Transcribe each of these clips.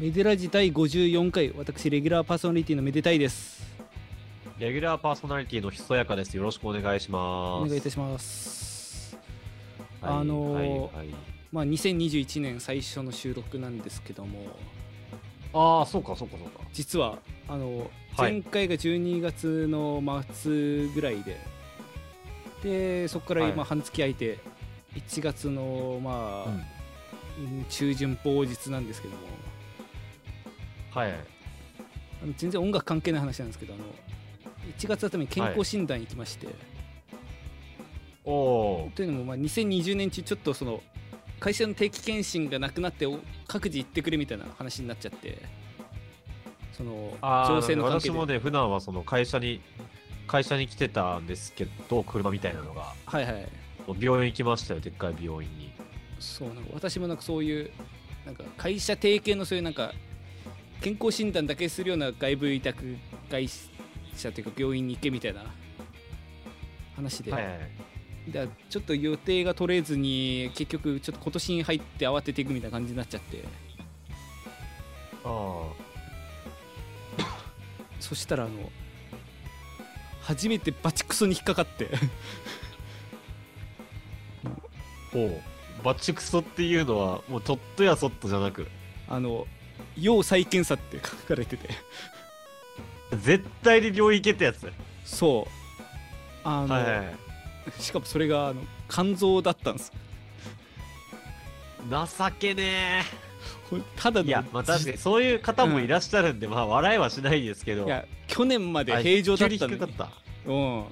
ギュラー時第54回私レギュラーパーソナリティのめでたいですレギュラーパーソナリティのひそやかです。よろしくお願いしおます。願いいたしますはいあのーはいはいまあ2021年最初の収録なんですけどもああ、そうか、そうか、そうか。実はあのはい前回が12月の末ぐらいで、でそこからは今い半月空いて1月のまあ、うん中旬某日なんですけどもはい。あの全然音楽関係ない話なんですけどあの1月頭に健康診断行きまして、おおというのもまあ2020年中ちょっとその会社の定期検診がなくなってお各自行ってくれみたいな話になっちゃってそのあー情勢の関係私でもね、普段はその会社に、会社に来てたんですけど、車みたいなのが。はいはい病院行きましたよ、でっかい病院に。そうなんか私もなんかそういうなんか会社提携のそういうなんか健康診断だけするような外部委託会社というか病院に行けみたいな話で,、はいはいはい。でちょっと予定が取れずに結局ちょっと今年に入って慌てていくみたいな感じになっちゃってあそしたらあの初めてバチクソに引っかかって あ。おお。バチクソっていうのは、もうちょっとやそっとじゃなく、あの要再検査って書かれてて絶対に病院行けってやつ。そうあの、はいはいはい。しかもそれがあの肝臓だったんです情けねこれただえ。のい や、まあ確かにそういう方もいらっしゃるんで、まあ笑いはしないですけど。いや去年まであ平常だっ急たのにに低かった。うんは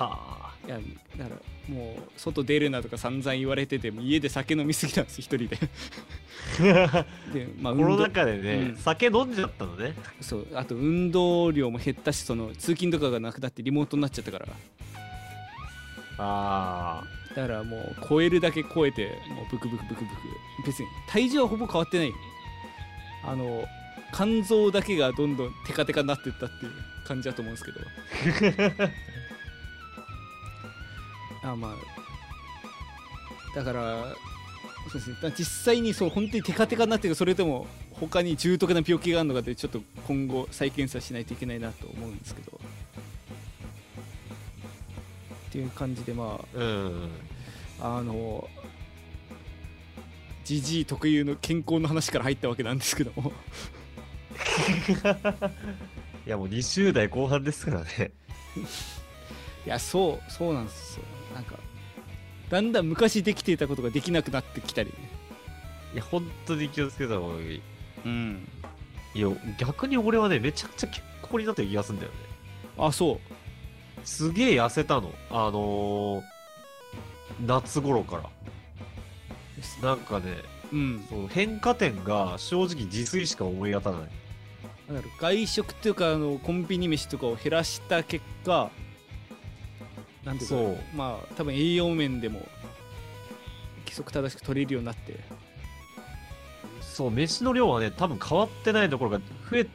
あ。いやだからもう外出るなとか散々言われてても家で酒飲みすぎたんです一人で で、まあ、コ運ロ動ナ禍でね、うん酒飲んじゃったのね。そうあと運動量も減ったしその通勤とかがなくなってリモートになっちゃったからあだからもう超えるだけ超えてもうブクブクブクブク別に体重はほぼ変わってないあの肝臓だけがどんどんテカテカになってったっていう感じだと思うんですけどあまあだからそうですねだから実際にそう本当にテカテカになってるそれでも他に重篤な病気があるのかでちょっと今後再検査しないといけないなと思うんですけどっていう感じでまあ。あうん。あのジジイ特有の健康の話から入ったわけなんですけどもいやもう20代後半ですからね。いやそうそうなんですよなんかだんだん昔できていたことができなくなってきたりね いや、本当に気をつけた方がいい。うんいや、逆に俺はね、めちゃくちゃ健康になってる気がするんだよね。あそすげえ痩せたの。あのー、夏頃から。なんかね、ううんそう変化点が正直自炊しか思い当たらない。だから外食っていうかあのコンビニ飯とかを減らした結果なんていうかそうまあ多分栄養面でも規則正しく取れるようになってそう、飯の量はね、多分変わってないところが増え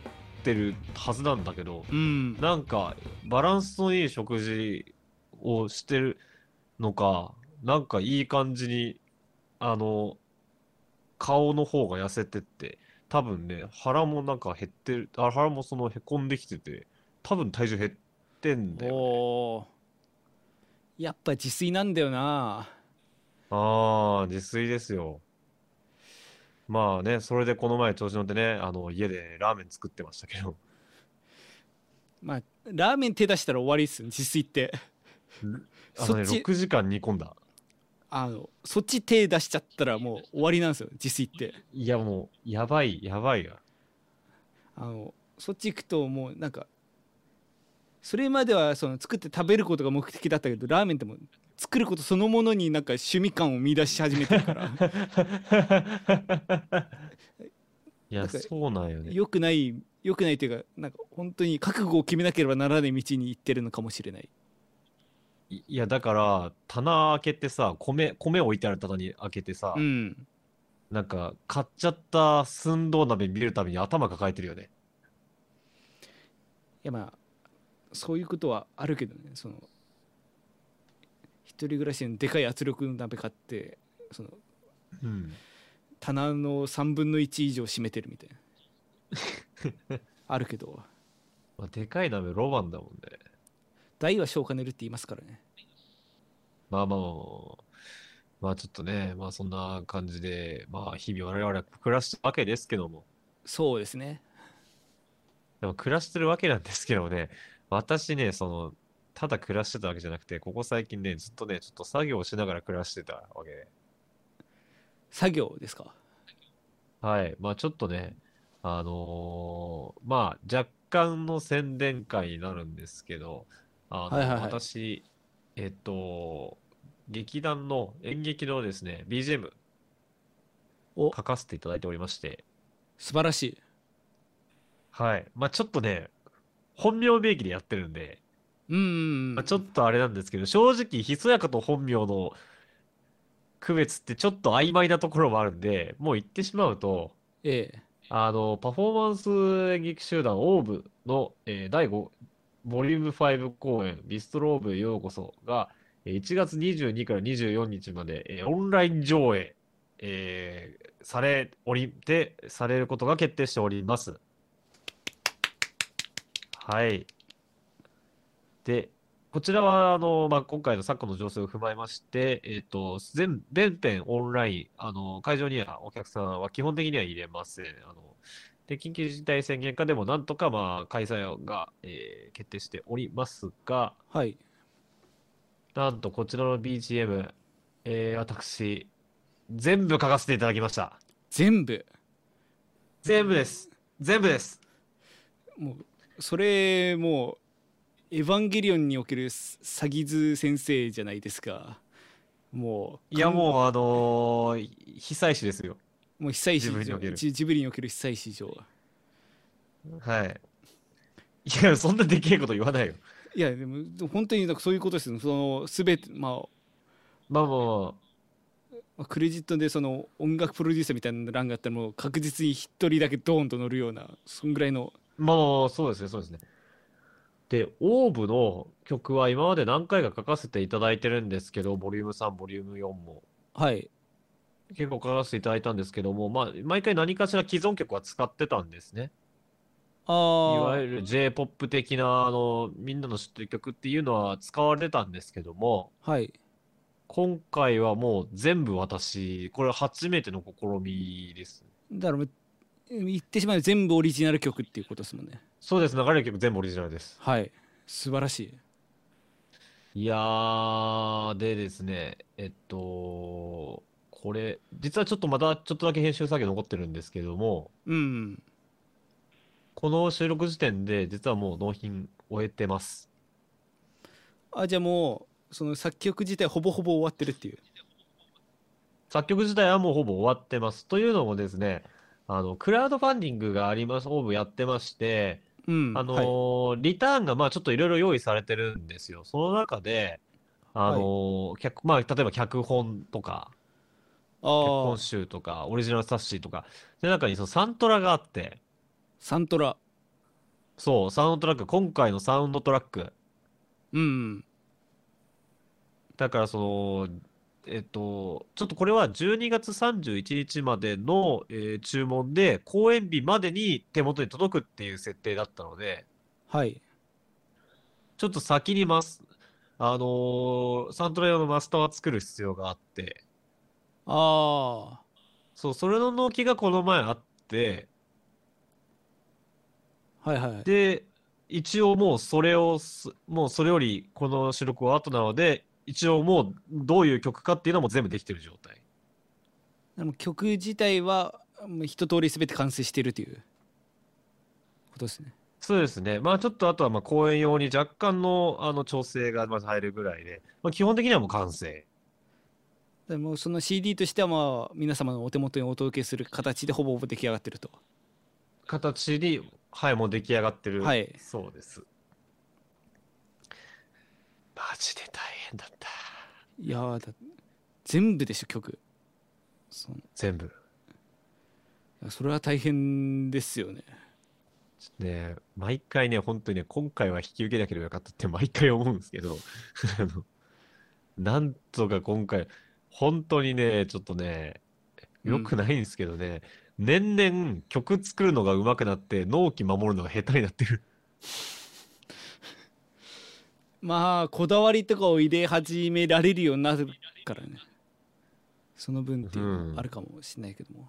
てるはずなんだけど、うんなんか、バランスのいい食事をしてるのか、なんかいい感じに、あの、顔の方が痩せてって、多分ね、腹もなんか減ってる、あ、腹もそのへこんできてて、多分体重減ってんだよ。おーやっぱ自炊なんだよなああ、自炊ですよ。まあね、それでこの前調子乗ってね、あの、家でラーメン作ってましたけど、まあラーメン手出したら終わりっすね自炊ってあのね、そっち6時間煮込んだ。あのそっち手出しちゃったらもう終わりなんですよ自炊っていや、もう、やばい、やばい や。あのそっち行くともうなんかそれまではその作って食べることが目的だったけどラーメンってもう作ることそのものになんか趣味感を見出し始めてるからいや、なんかそうなんよね。良くない良くないというかなんか本当に覚悟を決めなければならない道に行ってるのかもしれないいいや、だから、棚開けてさ、米、米置いてある棚に開けてさう、んなんか、買っちゃった寸胴鍋見るたびに頭抱えてるよね。いやまあそういうことはあるけどねその一人暮らしのでかい圧力鍋買ってそのうん。棚の3分の1以上占めてるみたいなあるけどまあ、でかい鍋ロマンだもんね。大は小を兼ねるって言いますからねまあまあまあまあ、まあちょっとね、まあそんな感じで、まあ日々我々は暮らしてるわけですけども、そうですねでも暮らしてるわけなんですけどもね、私ね、その、ただ暮らしてたわけじゃなくて、ここ最近ね、ずっとね、ちょっと作業をしながら暮らしてたわけで、作業ですかはい、まあちょっとね、あのーまあ若干の宣伝会になるんですけど、あの、はいはいはい私、えっと、劇団の演劇のですね、BGM お書かせていただいておりまして、素晴らしいはい。まあちょっとね、本名名義でやってるんで、うんうんうまあ、んちょっとあれなんですけど、正直、ひそやかと本名の区別ってちょっと曖昧なところもあるんで、もう言ってしまうと、ええあの、パフォーマンス演劇集団オーブの、えー第5、ボリューム5公演、ビストローブへようこそが、えー1月22から24日まで、えーオンライン上映、えーされおり、で、されることが決定しております。はい。で、こちらは、あの、まあ、今回の昨今の情勢を踏まえまして、えっと、全、全編オンライン、あの、会場にはお客さんは基本的には入れません。あの、で、緊急事態宣言下でもなんとか、まあ、開催が、えー決定しておりますが、はいなんとこちらの BGM、えー私、全部書かせていただきました。全部全部です。全部です。もうそれもう「エヴァンゲリオン」における詐欺図先生じゃないですかもういや、もう、あのー被災地ですよ。うもう被災ジ市ブリにおけるジジブリにおける被災市場はい。いや、そんなでけえこと言わないよ。いやでもでも本当になんかそういうことですよその全てまあまあもう、まあクレジットでその音楽プロデューサーみたいな欄があったらもう確実に一人だけドーンと乗るようなそんぐらいのまあまあまあ、そうですね、そうですね。で、オーブの曲は今まで何回か書かせていただいてるんですけど、ボリューム3、ボリューム4もはい結構書かせていただいたんですけども、まあ、毎回何かしら既存曲は使ってたんですね。あいあわゆる J-POP 的な、あの、みんなの知ってる曲っていうのは使われてたんですけども、はい今回はもう全部私、これ初めての試みです。だからもう言ってしまえば全部オリジナル曲っていうことですもんねそうです、流れる曲全部オリジナルです。はい素晴らしいいやー、でですね、えっと、これ、実はちょっとまたちょっとだけ編集作業残ってるんですけども、うんこの収録時点で実はもう納品終えてます。あじゃあもうその作曲自体ほぼほぼ終わってるっていう作曲自体はもうほぼ終わってます。というのもですね、あの、クラウドファンディングがあります、オーブやってまして、うんあのはいーリターンがまあちょっといろいろ用意されてるんですよ。その中で、あのー脚まあ、例えば脚本とか、あ脚ー本集とか、オリジナル冊子とか、で、中にそのサントラがあって、サントラそう、サウンドトラック、今回のサウンドトラック。うんだからその、えっと、ちょっとこれは12月31日までの、えー注文で、公演日までに手元に届くっていう設定だったので、はいちょっと先にマス、あのーサントラ用のマスターは作る必要があって、ああそう、それの納期がこの前あって、はいはいで、一応もうそれをす、もうそれよりこの収録は後なので、一応もうどういう曲かっていうのはもう全部できてる状態。でも曲自体はもう一通り全て完成しているということですねそうですね。まあちょっとあとはまあ公演用に若干のあの調整がまず入るぐらいで、まあ、基本的にはもう完成。でもうその CD としてはまあ皆様のお手元にお届けする形でほぼほぼ出来上がってると形に、はい、もう出来上がってる。はいそうです。マジで大変だった。いやーだ全部でしょ曲そのい全部。やそれは大変ですよねちょっとね、毎回ね、本当にね、今回は引き受けなければよかったって毎回思うんですけど、 あのなんとか今回、本当にね、ちょっとね、うん良くないんですけどね、年々曲作るのが上手くなって納期守るのが下手になってるまあこだわりとかを入れ始められるようになるからねその分っていうのうんもあるかもしれないけども、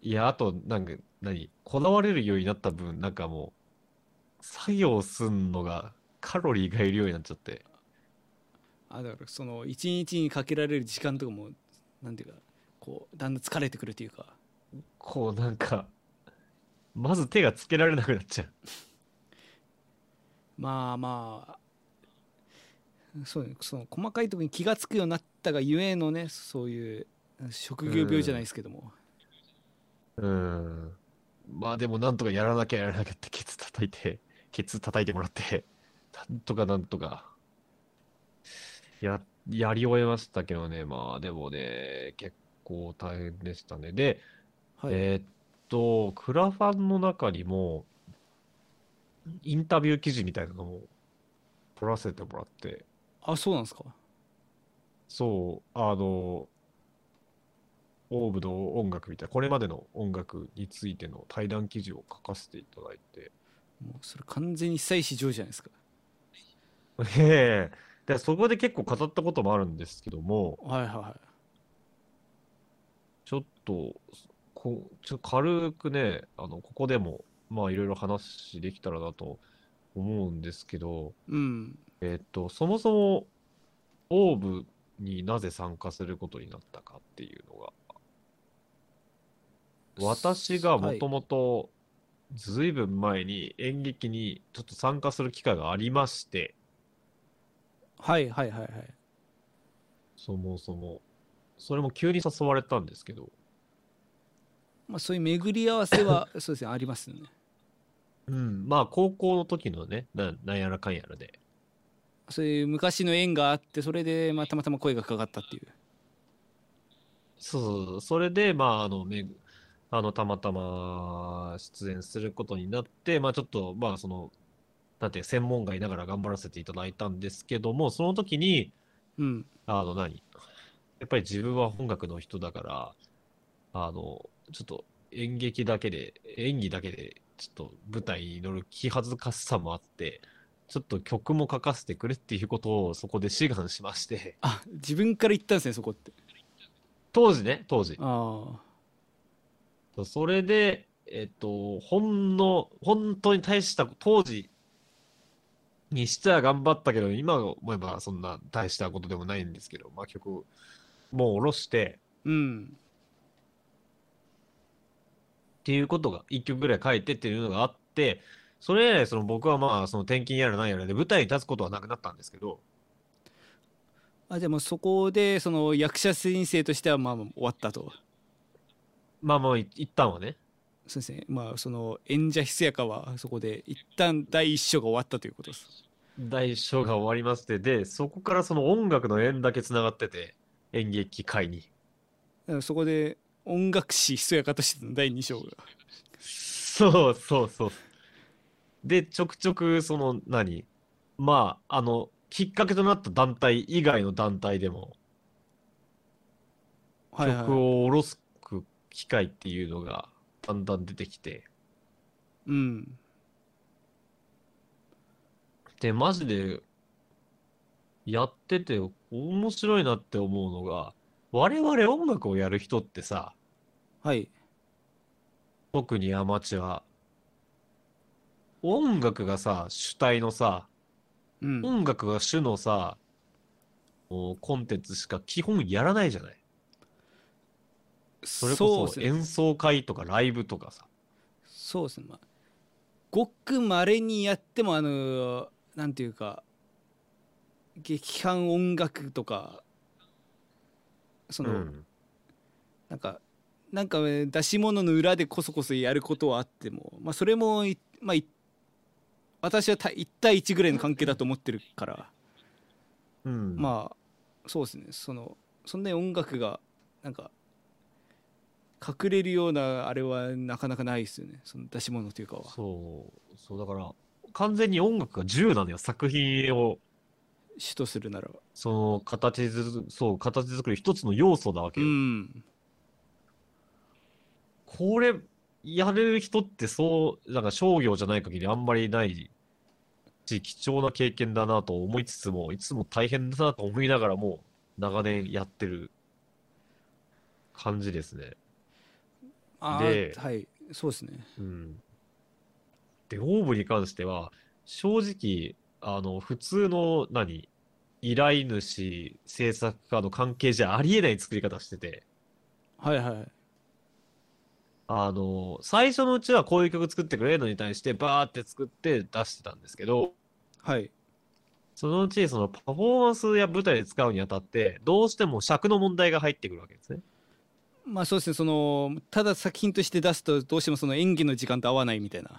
いやあとなんか何こだわれるようになった分なんかもう作業すんのがカロリーがいるようになっちゃってあだからその一日にかけられる時間とかもなんていうかこうだんだん疲れてくるというかこうなんかまず手がつけられなくなっちゃうまあまあそうねその細かいところに気が付くようになったがゆえのねそういう職業病じゃないですけども、うん。まあでもなんとかやらなきゃやらなきゃってケツ叩いて、ケツ叩いてもらって、なんとかなんとか。や、やり終えましたけどね。まあでもね、結構大変でしたね。で、はい、えーっと、クラファンの中にも、インタビュー記事みたいなのも取らせてもらって、あそうなんですかそう、あの、オーブの音楽みたいな、これまでの音楽についての対談記事を書かせていただい て。もうそれ完全に久石譲じゃないですかええ。で、そこで結構語ったこともあるんですけども、はいはいはいちょっと、こちょっと軽くね、あの、ここでも、まあ、いろいろ話できたらなと思うんですけど、うんえっと、そもそも、オーブになぜ参加することになったかっていうのが、私がもともとずいぶん前に演劇にちょっと参加する機会がありまして、はいはいはいはいそもそも、それも急に誘われたんですけど、まあそういう巡り合わせ はそうですねありますよねうん、まあ高校の時のね、な、なんやらかんやらで、そういう昔の縁があってそれでまあたまたま声がかかったっていうそうそうそう、それで、まあ、あの、めぐ、あの、たまたま出演することになって、まあ、ちょっと、まあ、その、なんて、専門外ながら頑張らせていただいたんですけども、その時に、うんあの、何やっぱり自分は本学の人だから、あの、ちょっと演劇だけで、演技だけで、ちょっと舞台に乗る気恥ずかしさもあって、ちょっと曲も書かせてくれっていうことをそこで志願しまして、あ自分から言ったんですねそこって当時ね、当時。あそうそれで、えっと、ほんの、本当に大した、当時にしては頑張ったけど、今思えばそんな大したことでもないんですけど、まあ曲、もう下ろして、あうんっていうことが一曲ぐらい書いてっていうのがあって、それ以来、その僕はまあ、その転勤やらなんやらで舞台に立つことはなくなったんですけど、あでもうそこでその役者人生としてはまあ終わったとまあまあ、い一旦はね、そうですねまあその演者ひそやかはそこで一旦第一章が終わったということです大章が終わりまして、で、そこからその音楽の縁だけ繋がってて、演劇界に。だからそこで音楽史ひそやかとしての第二章がそうそうそう。で、ちょくちょく、その、何まあ、あの、きっかけとなった団体以外の団体でも、はいはい曲を下ろす機会っていうのが、だんだん出てきて、うんで、マジで、やってて面白いなって思うのが、我々音楽をやる人ってさ、はい特にアマチュア、音楽がさ、主体のさ、うん音楽が主のさ、もうコンテンツしか基本やらないじゃない。それこうですそね演奏会とかライブとかさ。そうですね、まあ、ごくまれにやってもあのなんていうか劇伴音楽とかその、うんなんかなんかえー出し物の裏でこそこそやることはあっても、まあ、それもい、まあ、い私はた1対1ぐらいの関係だと思ってるから、うんまあそうですねそのそんなに音楽がなんか隠れるようなあれはなかなかないですよねその出し物というかは。そう、そう、だから、完全に音楽が自由なのよ。作品を、主とするならばその、形づ、そう、形作る一つの要素なわけうよ。んこれやれる人ってそうなんか商業じゃない限りあんまりないし貴重な経験だなと思いつつもいつも大変だなと思いながらも長年やってる感じですね。あでーはいそうですねうん、でオーブに関しては正直あの普通の何依頼主制作家の関係じゃありえない作り方してて。はいはいあの、最初のうちはこういう曲作ってくれるのに対してバーって作って出してたんですけど、はいそのうちそのパフォーマンスや舞台で使うにあたって、どうしても尺の問題が入ってくるわけですね。まあそうですねそのただ作品として出すとどうしてもその演技の時間と合わないみたいな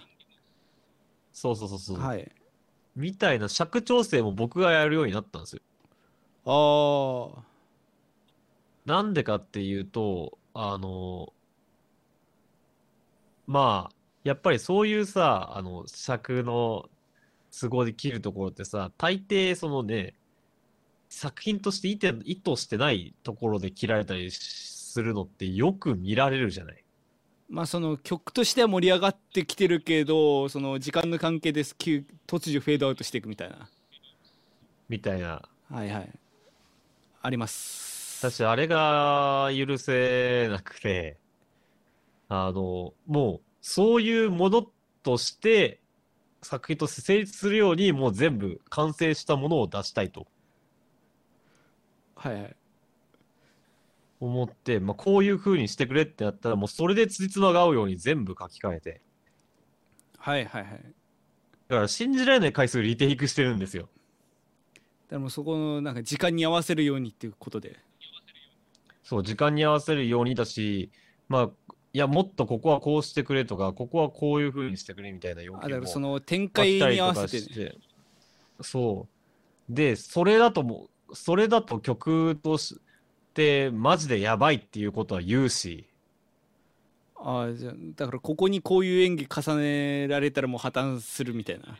そうそうそうそう。はいみたいな尺調整も僕がやるようになったんですよ。ああはなんでかっていうと、あの、まあ、やっぱりそういうさ、あの、尺の都合で切るところってさ、大抵そのね、作品として意図、意図してないところで切られたりするのってよく見られるじゃない。まあその曲としては盛り上がってきてるけどその時間の関係です急突如フェードアウトしていくみたいなみたいな。はいはいあります私、あれが許せなくて、あの、もう、そういうものとして、作品として成立するように、もう全部完成したものを出したいとはいはい思って、まあ、こういう風にしてくれってやったら、もうそれで辻褄が合うように全部書き換えて、はいはいはいだから信じられない回数リテイクしてるんですよ。でもそこのなんか時間に合わせるようにっていうことでそう、時間に合わせるようにだし、まあ、いや、もっとここはこうしてくれとか、ここはこういう風にしてくれみたいな要あ求だかもらその展開に合わ買っせたてりとかしてそうでそれだともうそれだと曲としてマジでやばいっていうことは言うしああじゃあだからここにこういう演技重ねられたらもう破綻するみたいな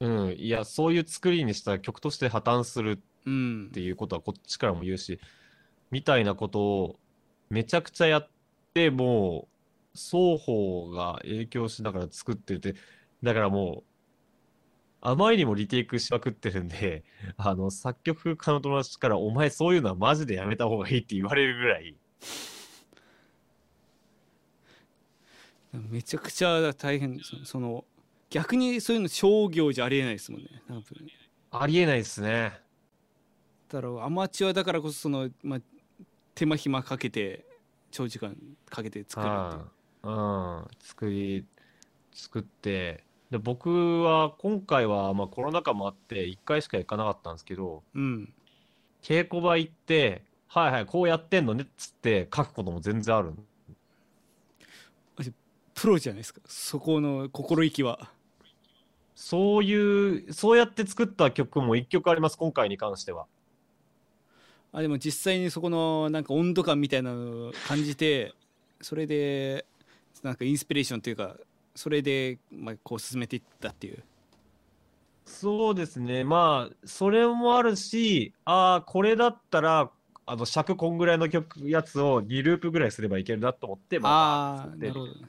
うんいやそういう作りにしたら曲として破綻するうんっていうことはこっちからも言うしみたいなことをめちゃくちゃやってもう双方が影響しながら作ってるってだからもうあまりにもリテイクしまくってるんで あの作曲家の友達から「お前そういうのはマジでやめた方がいい」って言われるぐらいめちゃくちゃ大変そのその逆にそういうの商業じゃありえないですもんね多分ありえないですね。だからアマチュアだからこそその、まあ、手間暇かけて長時間かけて作るっていううん、うん作り作ってで僕は今回は、まあ、コロナ禍もあって1回しか行かなかったんですけど、うん稽古場行って、はいはい、こうやってんのねっつって書くことも全然ある。プロじゃないですかそこの心意気はそういう、そうやって作った曲も1曲あります、今回に関しては。あでも実際にそこのなんか温度感みたいなのを感じてそれでなんかインスピレーションというかそれで、まあ、こう進めていったっていうそうですね、まあ、それもあるし、ああ、これだったら、あの尺こんぐらいの曲、やつを2ループぐらいすればいけるなと思って、まあ作あってなるほどね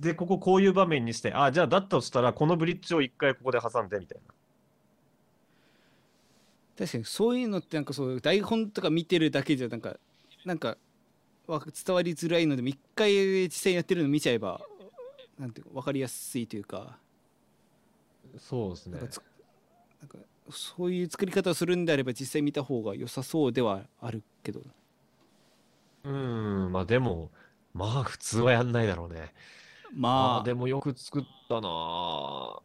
で、こここういう場面にして、ああ、じゃあだとしたら、このブリッジを1回ここで挟んでみたいな。確かにそういうのってなんかそう台本とか見てるだけじゃなんかなんかわ伝わりづらいのでも一回実際やってるの見ちゃえばなんていうか分かりやすいというかそうですねなんかつなんかそういう作り方をするんであれば実際見た方が良さそうではあるけどうん、まあでも、まあ普通はやんないだろうね。あまああでもよく作ったなあうん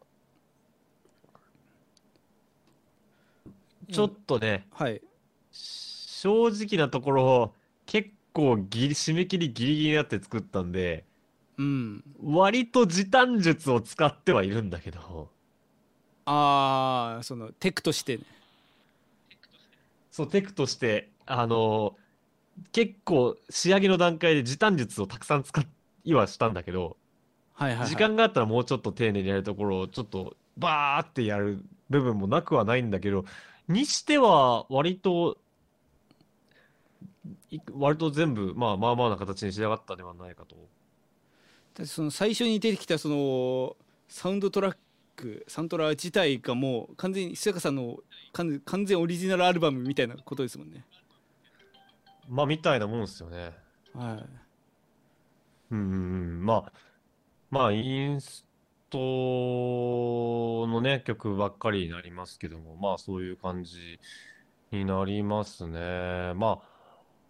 ちょっとね、はい正直なところ結構ギリ締め切りギリギリになって作ったんでうん割と時短術を使ってはいるんだけどああそのテクとしてねそうテクとしてあの結構仕上げの段階で時短術をたくさん使いはしたんだけどはいはい、はい、時間があったらもうちょっと丁寧にやるところをちょっとバーってやる部分もなくはないんだけどにしては、割と、い割と全部、まあまあまあな形に仕上がったではないかと。だってその最初に出てきたそのサウンドトラックサントラ自体がもう完全に須坂さんの完完全オリジナルアルバムみたいなことですもんねまあ、みたいなもんですよね。はうんうんうん、まあ、まあ、インストのね、曲ばっかりになりますけども、まあ、そういう感じになりますね。ま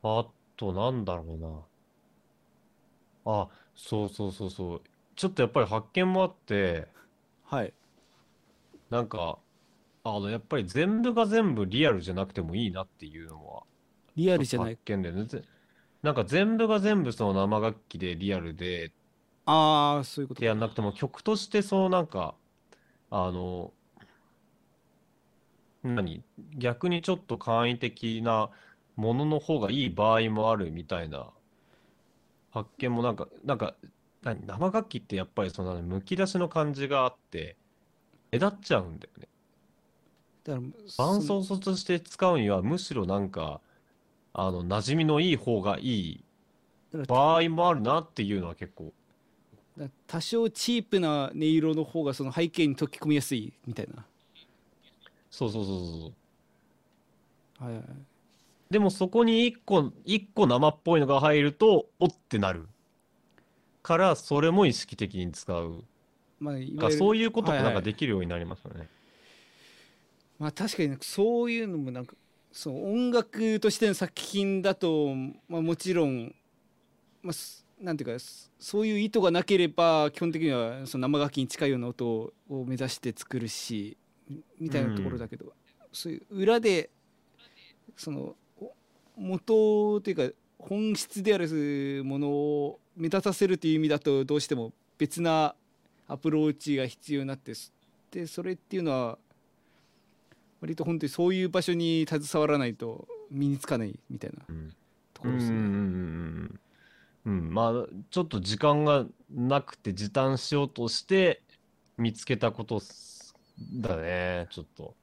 あ、あと、なんだろうな。あ、そうそうそうそう。ちょっとやっぱり発見もあって、いはいなんか、あの、やっぱり全部が全部リアルじゃなくてもいいなっていうのは、リア一ルじつゃな発い見だよね。ぜなんか全部が全部その生楽器でリアルで、ああそういうこっとてやんなかくても曲としてそうなんかあの何逆にちょっと簡易的なものの方がいい場合もあるみたいな発見もなんかなんか何生楽器ってやっぱりそのむき出しの感じがあって目立っちゃうんだよね。だから伴その奏として使うにはむしろなんかあの馴染みのいい方がいいだから場合もあるなっていうのは結構だから多少チープな音色の方がその背景に溶け込みやすいみたいなそうそうそうそうそう。はいはいでもそこに一個、一個生っぽいのが入ると、おってなる。から、それも意識的に使う。まあいわがゆそうるいうことはいがはないんかできるようになりましたね。まあ確かになんかそういうのもなんかそう音楽としての作品だとまあもちろんまあすなんていうかすそういう意図がなければ基本的にはその生楽器に近いような音をを目指して作るしみみたいなところだけど、そういう裏でそのお元というか本質であるものを目立たせるという意味だとどうしても別なアプローチが必要になってすでそれっていうのは割と本当にそういう場所に携わらないと身につかないみたいなうん。うとこんろうでんすうね。んうん。うん。まあ、ちょっと時間がなくて時短しようとして、見つけたことっすだね、ちょっと。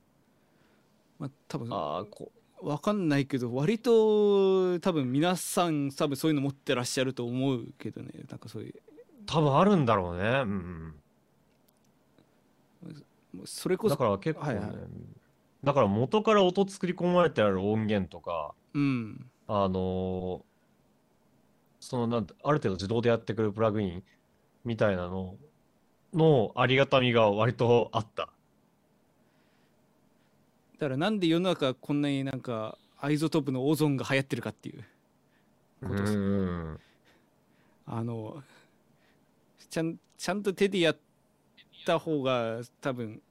まあ、多分ああ、こ、わかんないけど割と多分皆さん多分そういうの持ってらっしゃると思うけどねなんかそういう多分あるんだろうね。うんもうそれうこん。だそから結構はいねはい、だから元から音作り込まれてある音源とか、うんあのーそのなんてある程度自動でやってくるプラグインみたいなののありがたみが割とあった。だからなんで世の中こんなになんかアイゾトープのオゾンが流行ってるかっていううことですんあのちゃんちゃんと手でやった方が多分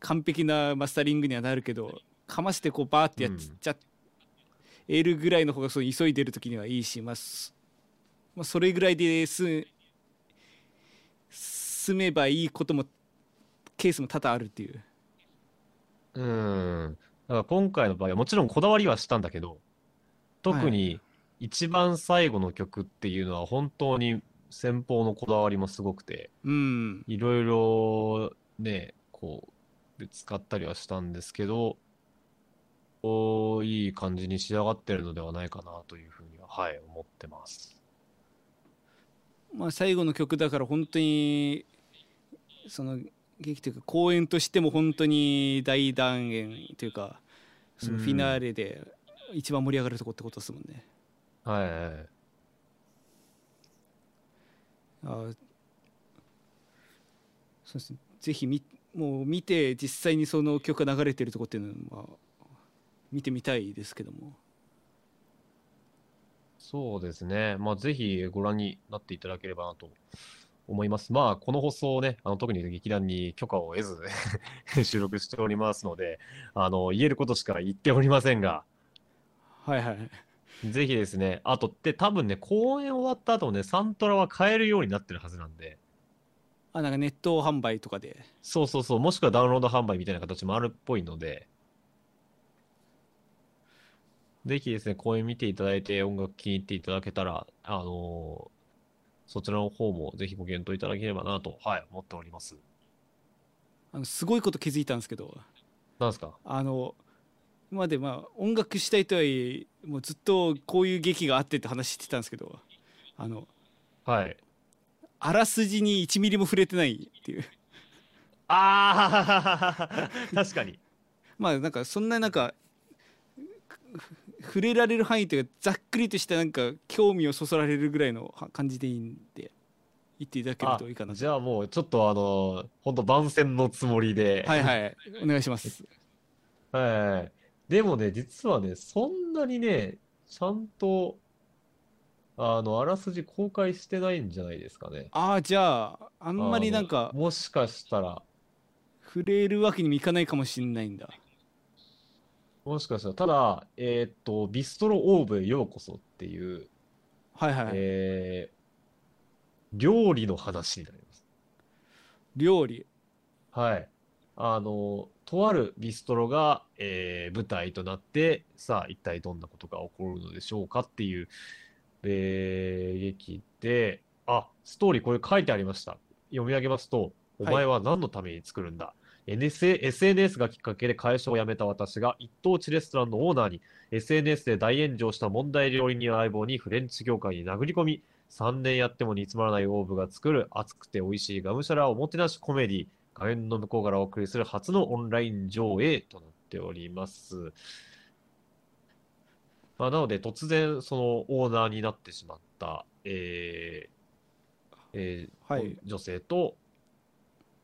完璧なマスタリングにはなるけどかましてこうバーってやっちゃっ、エールぐらいの方がそう急いでる時にはいいします、まあ、それぐらいです済めばいいこともケースも多々あるっていううん。だから今回の場合はもちろんこだわりはしたんだけど、特に一番最後の曲っていうのは本当に先方のこだわりもすごくて、うんいろいろね、こう、で使ったりはしたんですけど、おーいい感じに仕上がってるのではないかなというふうには、はい、思ってます。まあ、最後の曲だから本当にその劇というか公演としても本当に大団円というかそのフィナーレで一番盛り上がるとこってことですもんね。はいはい。ああそうですねぜひみもう見て実際にその曲が流れてるとこっていうのはまあ見てみたいですけどもそうですね。まあ、ぜひご覧になっていただければなと思います。まあ、この放送をね、あの、特に劇団に許可を得ず 収録しておりますので、あの、言えることしか言っておりませんが、はいはいぜひですね、あとって多分ね、公演終わった後もね、サントラは買えるようになってるはずなんで、あなんかネット販売とかでそうそうそう、もしくはダウンロード販売みたいな形もあるっぽいので、ぜひですね、公演見ていただいて、音楽聴いていただけたら、あのーそちらの方もぜひご検討いただければなと、はい、思っております。あのすごいこと気づいたんですけどなんですかあのまでまあ音楽したいとはいえもうずっとこういう劇があってって話してたんですけどあのはい。あらすじに1ミリも触れてないっていう ああ 確かに。まあなんかそんななんかふ触れられる範囲というかざっくりとしたなんか興味をそそられるぐらいのは感じでいいんで言っていただけるあといいかなとじゃあもうちょっとあの本当番宣のつもりで。はいはいお願いしますはい。でもね、実はね、そんなにね、ちゃんと、あの、あらすじ公開してないんじゃないですかね。ああじゃあああんまりなんかのもしかしたら、触れるわけにもいかないかもしれないんだもしかしたら、ただ、えーっと、ビストロオーブへようこそっていう、はいはい、はいえー料理の話になります。料理はい。あの、とあるビストロが、えー舞台となって、さあ、一体どんなことが起こるのでしょうかっていう、えー劇で、あ、ストーリーこれ書いてありました。読み上げますと、おはい前は何のために作るんだ NS ?SNS がきっかけで会社を辞めた私が一等地レストランのオーナーに SNS で大炎上した問題料理人を相棒にフレンチ業界に殴り込み、3年やっても煮詰まらないオーブが作る熱くて美味しいがむしゃらおもてなしコメディ画面の向こうからお送りする初のオンライン上映となっております。まあ、なので、突然、そのオーナーになってしまった、えーえーはい女性と、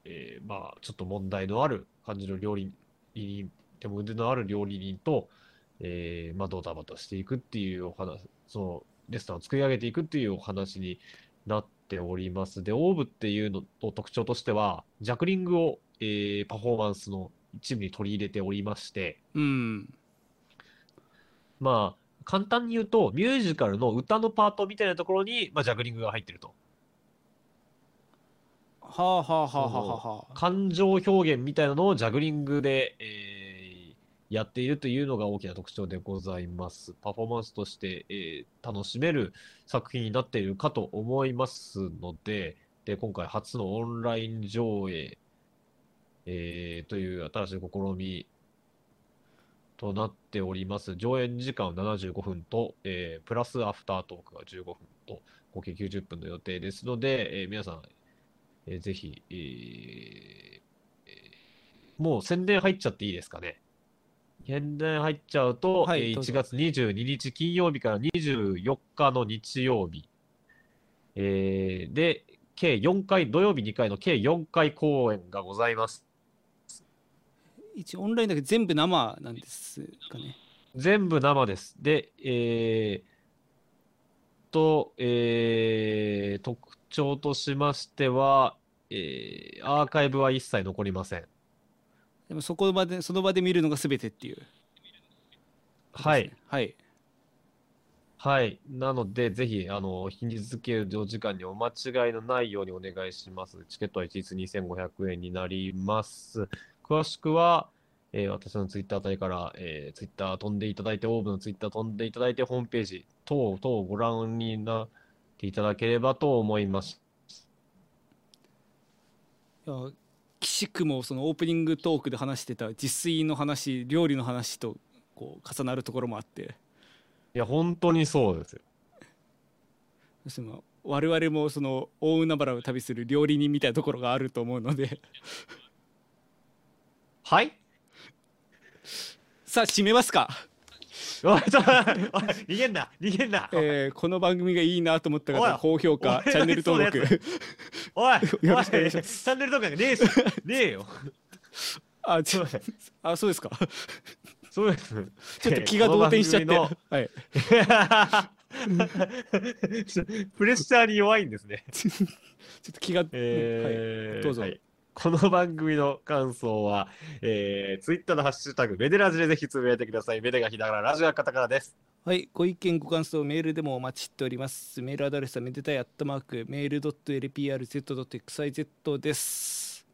えーまあ、ちょっと問題のある感じの料理人、手も腕のある料理人と、えーまあ、ドタバタしていくっていうお話、そのレストランを作り上げていくっていうお話になっております。で、オーブっていうのの特徴としては、ジャクリングを、えーパフォーマンスの一部に取り入れておりまして、うんまあ、簡単に言うと、ミュージカルの歌のパートみたいなところに、まあ、ジャグリングが入ってると。はあはあはあはあはあ感情表現みたいなのをジャグリングで、えーやっているというのが大きな特徴でございます。パフォーマンスとして、えー楽しめる作品になっているかと思いますので、で今回初のオンライン上映、えーという新しい試みとなっております。上演時間は75分と、えープラスアフタートークが15分と、合計90分の予定ですので、えー皆さん、えーぜひ、えーえーもう宣伝入っちゃっていいですかね。宣伝入っちゃうと、はいえーどうぞ1月22日金曜日から24日の日曜日、えーで、計4回、土曜日2回の計4回公演がございます。一応オンラインだけど全部生なんですかね全部生です。で、えー、と、えー特徴としましては、えーアーカイブは一切残りません。でもそこまでその場で見るのが全てっていう、はい。はいはい。なので、ぜひ、あの、日に付けお時間にお間違いのないようにお願いします。チケットは一律2500円になります。詳しくは、えー私のツイッターあたりから、えー、ツイッター飛んでいただいて、オーブのツイッター飛んでいただいて、ホームページ等々ご覧になっていただければと思います。いや岸くもそのオープニングトークで話してた自炊の話料理の話とこう重なるところもあっていや、本当にそうですよ。その我々もその大海原を旅する料理人みたいなところがあると思うので はいさあ締めますか、 おい、ちょっと、おい逃げんな、逃げんな。えーこの番組がいいなと思ったおい方高評価おいチャンネル登 そうだ録おい、おい、よろしくお願いしチますャンネル登録なんかねえし、ねえよ。あちょそうですあそうです かそうです。ちょっと気が動転しちゃこっ て、の番はい、組のプレッシャーに弱いんです ね。ちょっと気が、はい、えーどうぞはいこの番組の感想は、えー、ツイッターのハッシュタグ、メデラジでぜひつぶやいてください。メデがひだから、ラジオはカタカナです。はい、ご意見ご感想メールでもお待ちしておりますメールアドレスはめでたいアットマークメール .lprz.xyz です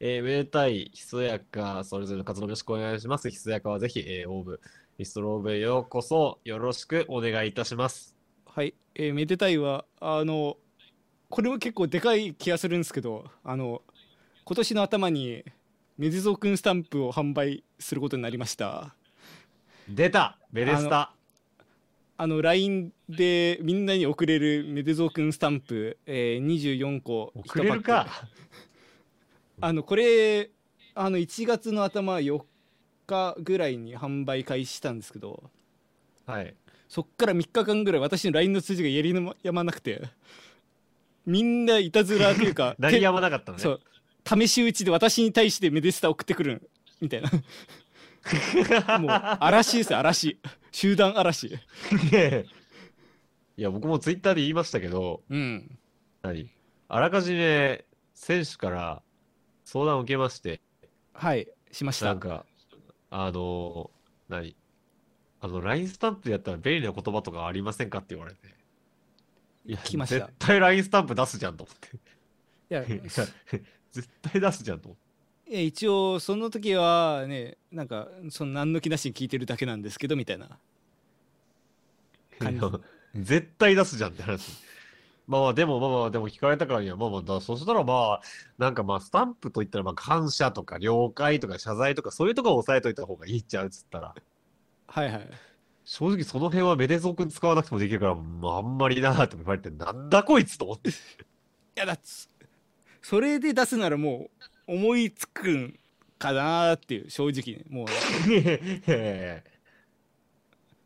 えー、めでたい、ひそやか、それぞれの活動よろしくお願いします。ひそやかはぜひ、えー、オーブ、ミストローブへようこそ、よろしくお願いいたします。はい、えーめでたいはあのこれも結構でかい気がするんですけどあの今年の頭にめでぞうくんスタンプを販売することになりました出たベレスタあの LINE でみんなに送れるめでぞうくんスタンプ、えー、24個一送れるかパックあのこれあの1月の頭4日ぐらいに販売開始したんですけどはいそっから3日間ぐらい私の LINE の通知がやりのまやまなくてみんないたずらという か鳴りやまなかったのねそう試し打ちで私に対してメデスタ送ってくるみたいなもう嵐ですよ嵐集団嵐いやいやいや僕もツイッターで言いましたけどうん何あらかじめ選手から相談を受けましてはいしましなたんかあの何あの LINE スタンプでやったら便利な言葉とかありませんかって言われていや聞きました絶対 LINE スタンプ出すじゃんと思ってい やいや絶対出すじゃんと思っていや一応その時はねなんかその何の気なしに聞いてるだけなんですけどみたいな感じいや 絶対出すじゃんって話。まあまあでもまあまあでも聞かれたからにはまあまあだそしたらまあなんかまあスタンプといったらまあ感謝とか了解とか謝罪とかそういうとこを押さえといた方がいいっちゃうっつったらはいはい正直その辺はメデゾー君使わなくてもできるからまああんまりなーって言われてなんだこいつと思って いやだっつ それで出すならもう思いつくんかなーっていう正直ねもう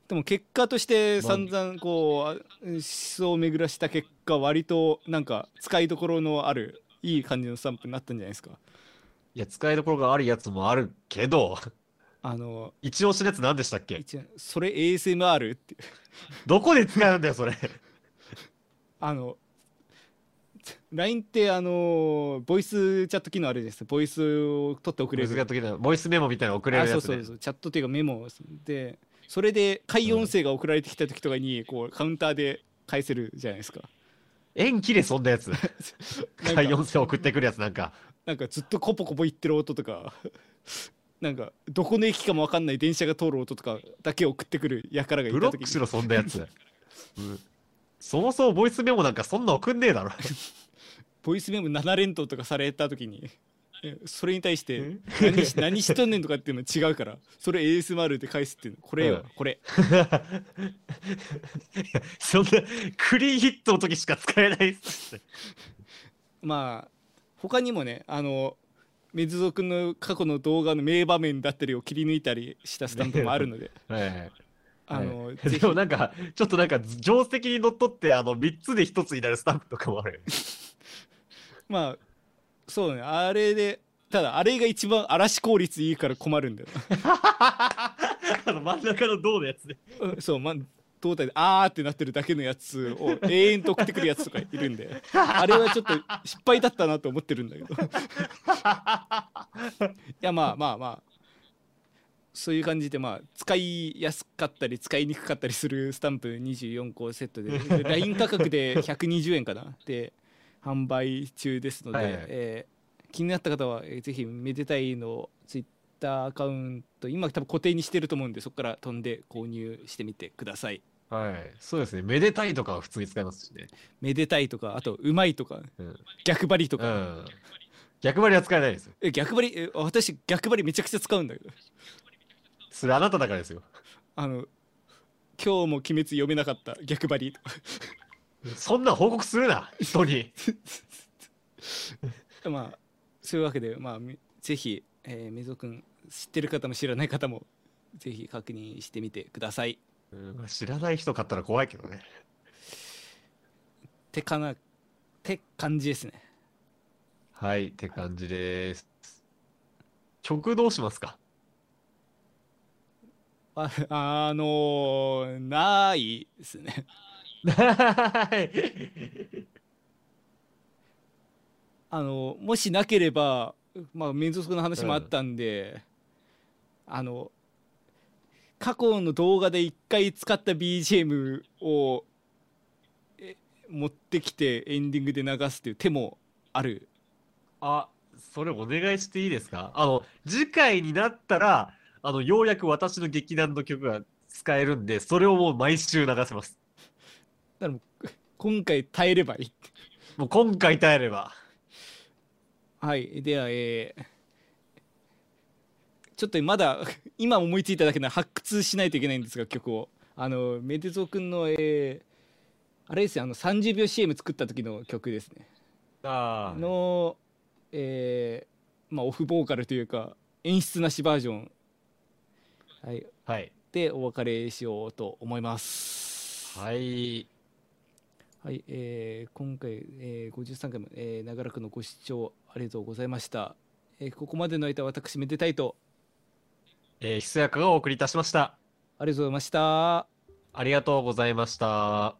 でも結果として散々こうあ思想を巡らした結果割となんか使いどころのあるいい感じのスタンプになったんじゃないですかいや使いどころがあるやつもあるけどあの一押しのやつ何でしたっけ一応それ ASMR っていうどこで使うんだよ それあの LINE ってあのボイスチャット機能あるじゃないですかボイスを取って送れ難るしい時のボイスメモみたいなの送れあるそやうつそねうそうチャットっていうかメモでそれで回音声が送られてきた時とかにこうカウンターで返せるじゃないですか縁切れそんなや つなんか海音声送ってくるやつなんかなんかずっとコポコポ言ってる音とかなんかどこの駅かも分かんない電車が通る音とかだけ送ってくるやからがいブたロッ時クしにろそんなやつ、うんそもそもボイスメモなんかそんな送んねえだろ ボイスメモ7連投とかされた時にえそれに対して何し何しとんねんとかっていうの違うからそれ ASMR で返すっていうのこれようんこいれやそんなクリーンヒットの時しか使えないっすまあ他にもねあの水蔵君の過去の動画の名場面だったりを切り抜いたりしたスタンプもあるのではいはいあの、はいぜひでもなんかちょっとなんか定石にのっとってあの3つで1つになるスタンプとかもあるよねまあそうねあれでただあれが一番嵐効率いいから困るんだよ あの真ん中の銅のやつでうんそうまあ胴体で「あー」ってなってるだけのやつを永遠と送ってくるやつとかいるんであれはちょっと失敗だったなと思ってるんだけど いやまあまあまあそういう感じでまあ使いやすかったり使いにくかったりするスタンプ24個セットでで LINE 価格で120円かなで販売中ですので、はいはいえー気になった方は、えーぜひめでたいのツイッターアカウント今多分固定にしてると思うんでそこから飛んで購入してみてくださいはいそうですねめでたいとかは普通に使いますしねめでたいとかあとうまいとか、うん逆張りとうか、ん逆張りは使えないですよえ逆張りえ私逆張りめちゃくちゃ使うんだけどそれあなただからですよあの今日も鬼滅読めなかった逆張りと かそんなん報告するな人 にまあそういうわけでまあみぜひ、えー、溝くん知ってる方も知らない方もぜひ確認してみてくださいうん知らない人買ったら怖いけどね。てかなって感じですねはい、って感じです。曲どうしますかあ あのー、ないですね はい。 あのもしなければまあ民族の話もあったんで、あの過去の動画で一回使った BGM をえ持ってきてエンディングで流すっていう手もあるあ、それお願いしていいですかあの、次回になったら、あの、ようやく私の劇団の曲が使えるんで、それをもう毎週流せます。だからもう今回耐えればいいってもう今回耐えれば。はいではえーちょっとまだ 今思いついただけなら 発掘しないといけないんですが曲をあのメデゾー君の、えーあれですよあの30秒 CM 作った時の曲ですねあーの、えーまあ、オフボーカルというか演出なしバージョン、はい、はい。でお別れしようと思います。はい。はい、えー今回、えー、53回も、えー長らくのご視聴ありがとうございました。えーここまでの間、私、めでたいと、えー、ひそやかがお送りいたしました。ありがとうございました。ありがとうございました。